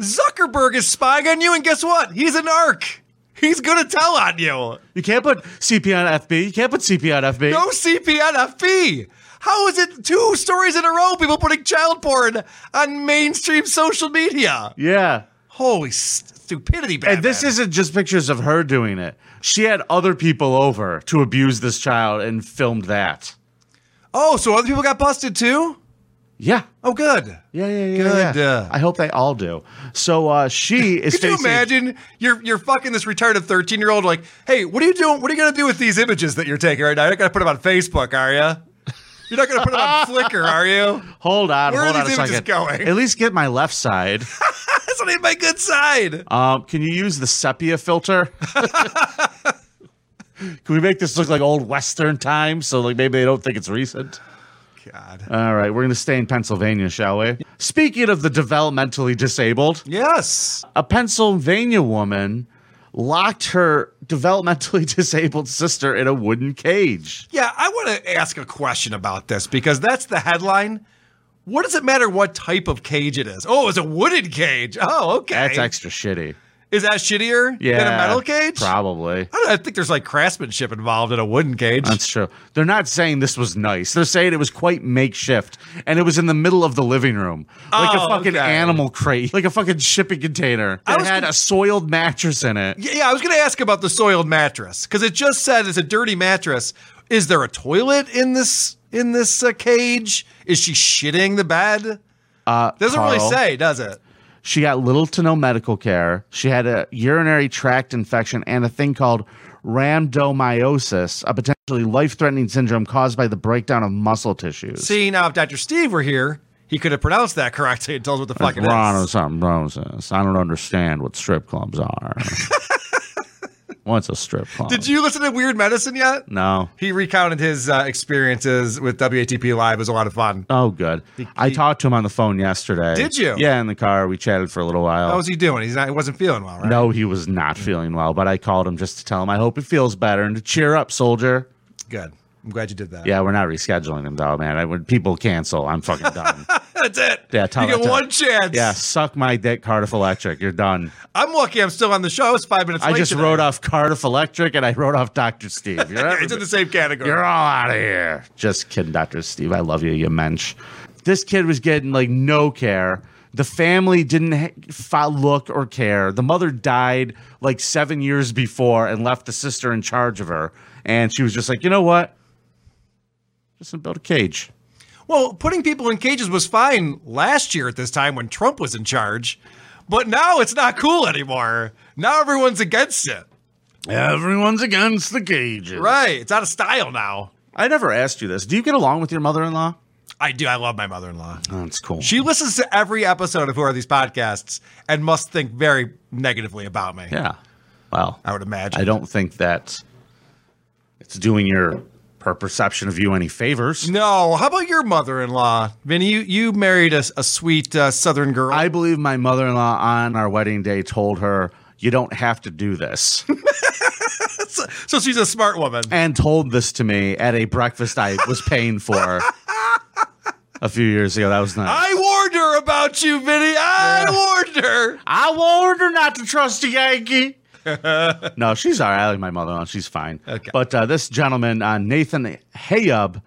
Zuckerberg is spying on you? And guess what? He's an arc. He's going to tell on you. You can't put CP on FB. You can't put CP on FB. No CP on FB. How is it two stories in a row people putting child porn on mainstream social media? Yeah. Holy st- stupidity, Batman. And this isn't just pictures of her doing it. She had other people over to abuse this child and filmed that. Oh, so other people got busted too? Yeah. Oh, good. Yeah, yeah, yeah. Good. uh, yeah. I hope they all do. So uh, *laughs* she is Could you facing- imagine you're you're fucking this retarded thirteen year old like, hey, what are you doing? What are you gonna do with these images that you're taking right now? You're not gonna put them on Facebook, are you? You're not gonna put them *laughs* on Flickr, are you? Hold on, Where hold are on a these images second. going? At least get my left *laughs* side. That's not even my good side. Um, can you use the sepia filter? *laughs* can we make this look like old Western times so like maybe they don't think it's recent? God. All right, we're going to stay in Pennsylvania, shall we? Speaking of the developmentally disabled, yes, a Pennsylvania woman locked her developmentally *laughs* disabled sister in a wooden cage. Yeah, I want to ask a question about this because that's the headline. What does it matter what type of cage it is? Oh, it's a wooden cage. Oh, okay. That's extra shitty. Is that shittier Yeah, than a metal cage? probably. I, don't, I think there's like craftsmanship involved in a wooden cage. That's true. They're not saying this was nice. They're saying it was quite makeshift, and it was in the middle of the living room, like Oh, a fucking okay. animal crate, *laughs* like a fucking shipping container. I It was had con- a soiled mattress in it. Yeah, yeah, I was going to ask about the soiled mattress because it just said it's a dirty mattress. Is there a toilet in this in this uh, cage? Is she shitting the bed? Uh, Doesn't really Carl. say, does it? She got little to no medical care. She had a urinary tract infection and a thing called rhabdomyosis, a potentially life threatening syndrome caused by the breakdown of muscle tissues. See, now if Dr. Steve were here, he could have pronounced that correctly and told us what the fuck it Ron is. *laughs* or something, Roses. I don't understand what strip clubs are. What's a strip club? Did you listen to Weird Medicine yet? no. He recounted his uh, experiences with WATP Live. It was a lot of fun. Oh, good. I talked to him on the phone yesterday. Did you? Yeah, in the car. We chatted for a little while. How was he doing? He's not. He wasn't feeling well, right? No, he was not feeling well, but I called him just to tell him I hope he feels better and to cheer up, soldier. Good. I'm glad you did that. Yeah, we're not rescheduling him though, man. I, when people cancel, I'm fucking *laughs* done. That's it. Yeah, tell You get tell- one chance. Yeah, suck my dick, Cardiff Electric. You're done. I'm lucky. I'm still on the show. It's five minutes. I late just today. wrote off Cardiff Electric and I wrote off Doctor Steve. You're *laughs* it's in the same category. You're all out of here. Just kidding, Dr. Steve. I love you, you mensch. This kid was getting like no care. The family didn't ha- fo- look or care. The mother died like seven years before and left the sister in charge of her. And she was just like, you know what? Just gonna build a cage. Well, putting people in cages was fine last year at this time when Trump was in charge, but now it's not cool anymore. Now everyone's against it. Everyone's against the cages. Right. It's out of style now. I never asked you this. Do you get along with your mother in law? I do. I love my mother in law. Oh, That's cool. She listens to every episode of Who Are These Podcasts and must think very negatively about me. Yeah. Well, I would imagine. I don't think that it's doing your her perception of you any favors. No. How about your mother in law? Vinny, you, you married a, a sweet uh, Southern girl. I believe my mother in law on our wedding day told her, You don't have to do this. *laughs* so she's a smart woman. and told this to me at a breakfast I was paying *laughs* for a few years ago. That was nice. I warned her about you, Vinny. I warned her. I warned her not to trust a Yankee. no, she's all right. I like my mother in law. She's fine. Okay. But uh, this gentleman, uh, Nathan Hayub,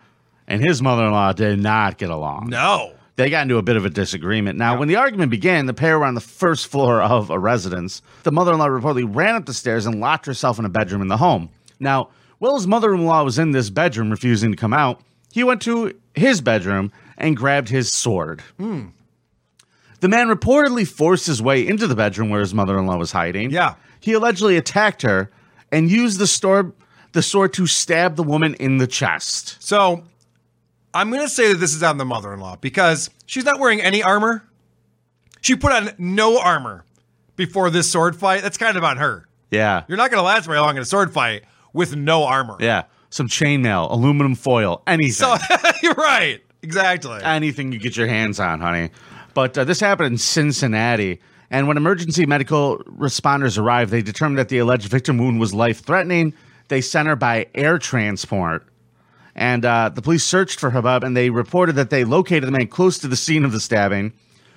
and his mother in law did not get along. No. They got into a bit of a disagreement. Now, when the argument began, the pair were on the first floor of a residence. The mother in law reportedly ran up the stairs and locked herself in a bedroom in the home. Now, Will's mother in law was in this bedroom, refusing to come out. He went to his bedroom and grabbed his sword. The man reportedly forced his way into the bedroom where his mother-in-law was hiding. Yeah. He allegedly attacked her and used the sword the sword to stab the woman in the chest. So I'm going to say that this is on the mother in law because she's not wearing any armor. She put on no armor before this sword fight. That's kind of on her. Yeah. You're not going to last very long in a sword fight with no armor. Yeah. Some chainmail, aluminum foil, anything. So *laughs* you're right. Exactly. Anything you get your hands on, honey. But uh, this happened in Cincinnati. And when emergency medical responders arrived, they determined that the alleged victim wound was life threatening. They sent her by air transport. And uh, the police searched for Habab and they reported that they located the man close to the scene of the stabbing.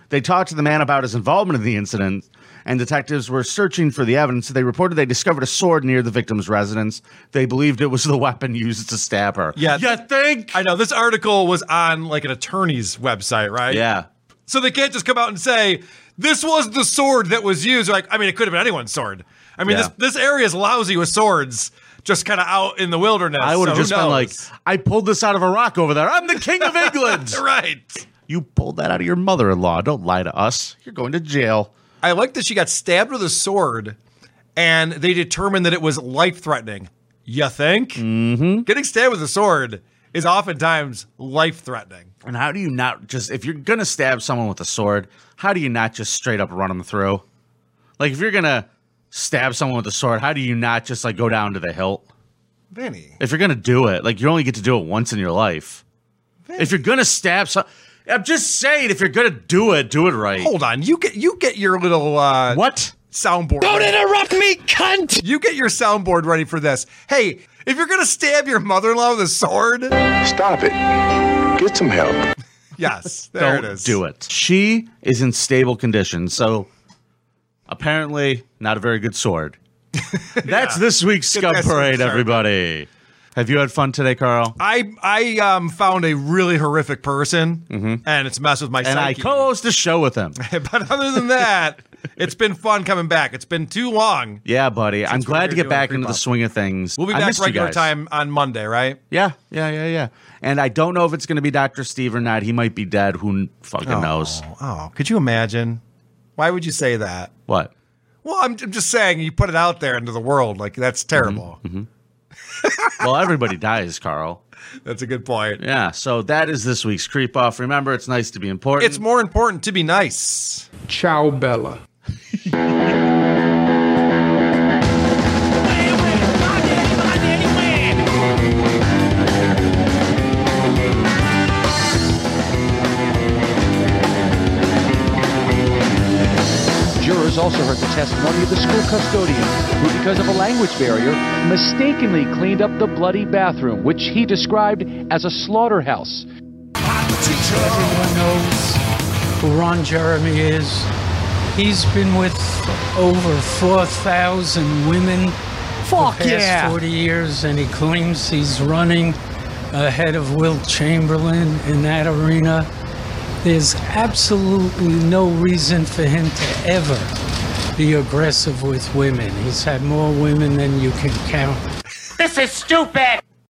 They talked to the man about his involvement in the incident, and detectives were searching for the evidence. They reported they discovered a sword near the victim's residence. They believed it was the *laughs* weapon used to stab her. Yeah. You think? I know. This article was on like an attorney's website, right? Yeah. So they can't just come out and say, this was the sword that was used. Like, I mean, it could have been anyone's sword. I mean, Yeah. this, this area is lousy with swords, just kind of out in the wilderness. I would have so who just been knows? like, I pulled this out of a rock over there. I'm the king of England. right. *laughs* You pulled that out of your mother in law. Don't lie to us. You're going to jail. I like that she got stabbed with a sword and they determined that it was life threatening. You think? Mm-hmm. Getting stabbed with a sword is oftentimes life threatening. And how do you not just, if you're going to stab someone with a sword, how do you not just straight up run them through? Like, if you're going to stab someone with a sword, how do you not just, like, go down to the hilt? Vinny. If you're going to do it, like, you only get to do it once in your life. If you're going to stab some, I'm just saying, if you're going to do it, do it right. Hold on. You get you get your little uh What? Soundboard. Don't interrupt me, cunt! You get your soundboard ready for this. Hey, if you're gonna stab your mother-in-law with a sword, Stop it. Get some help. *laughs* yes, there Don't it is. Do it. She is in stable condition, so apparently not a very good *laughs* sword. That's this week's Get Scub that sword Parade, sharp. everybody. Have you had fun today, Carl? I I um, found a really horrific person, and it's messed with my Mm-hmm. and I psyche. co-host a show with *laughs* him. but other than that, it's been fun coming back. It's been too long. Yeah, buddy. I'm glad here to get doing back creep into the up. swing of things. We'll be I back missed you regular guys. time on Monday, right? Yeah, yeah, yeah, yeah. And I don't know if it's going to be Doctor Steve or not. He might be dead. Who kn- fucking Oh, knows? Oh, could you imagine? Why would you say that? What? Well, I'm, I'm just saying you put it out there into the world. Like that's terrible. Well, everybody *laughs* dies, Carl. That's a good point. Yeah. So that is this week's creep off. Remember, it's nice to be important. It's more important to be nice. Ciao, Bella. Reporters also heard the testimony of the school custodian, who, because of a language barrier, mistakenly cleaned up the bloody bathroom, which he described as a slaughterhouse. Everyone knows who Ron Jeremy is. He's been with over 4,000 women Fuck for the past yeah. 40 years, and he claims he's running ahead of Will Chamberlain in that arena. There's absolutely no reason for him to ever be aggressive with women. He's had more women than you can count. This is stupid.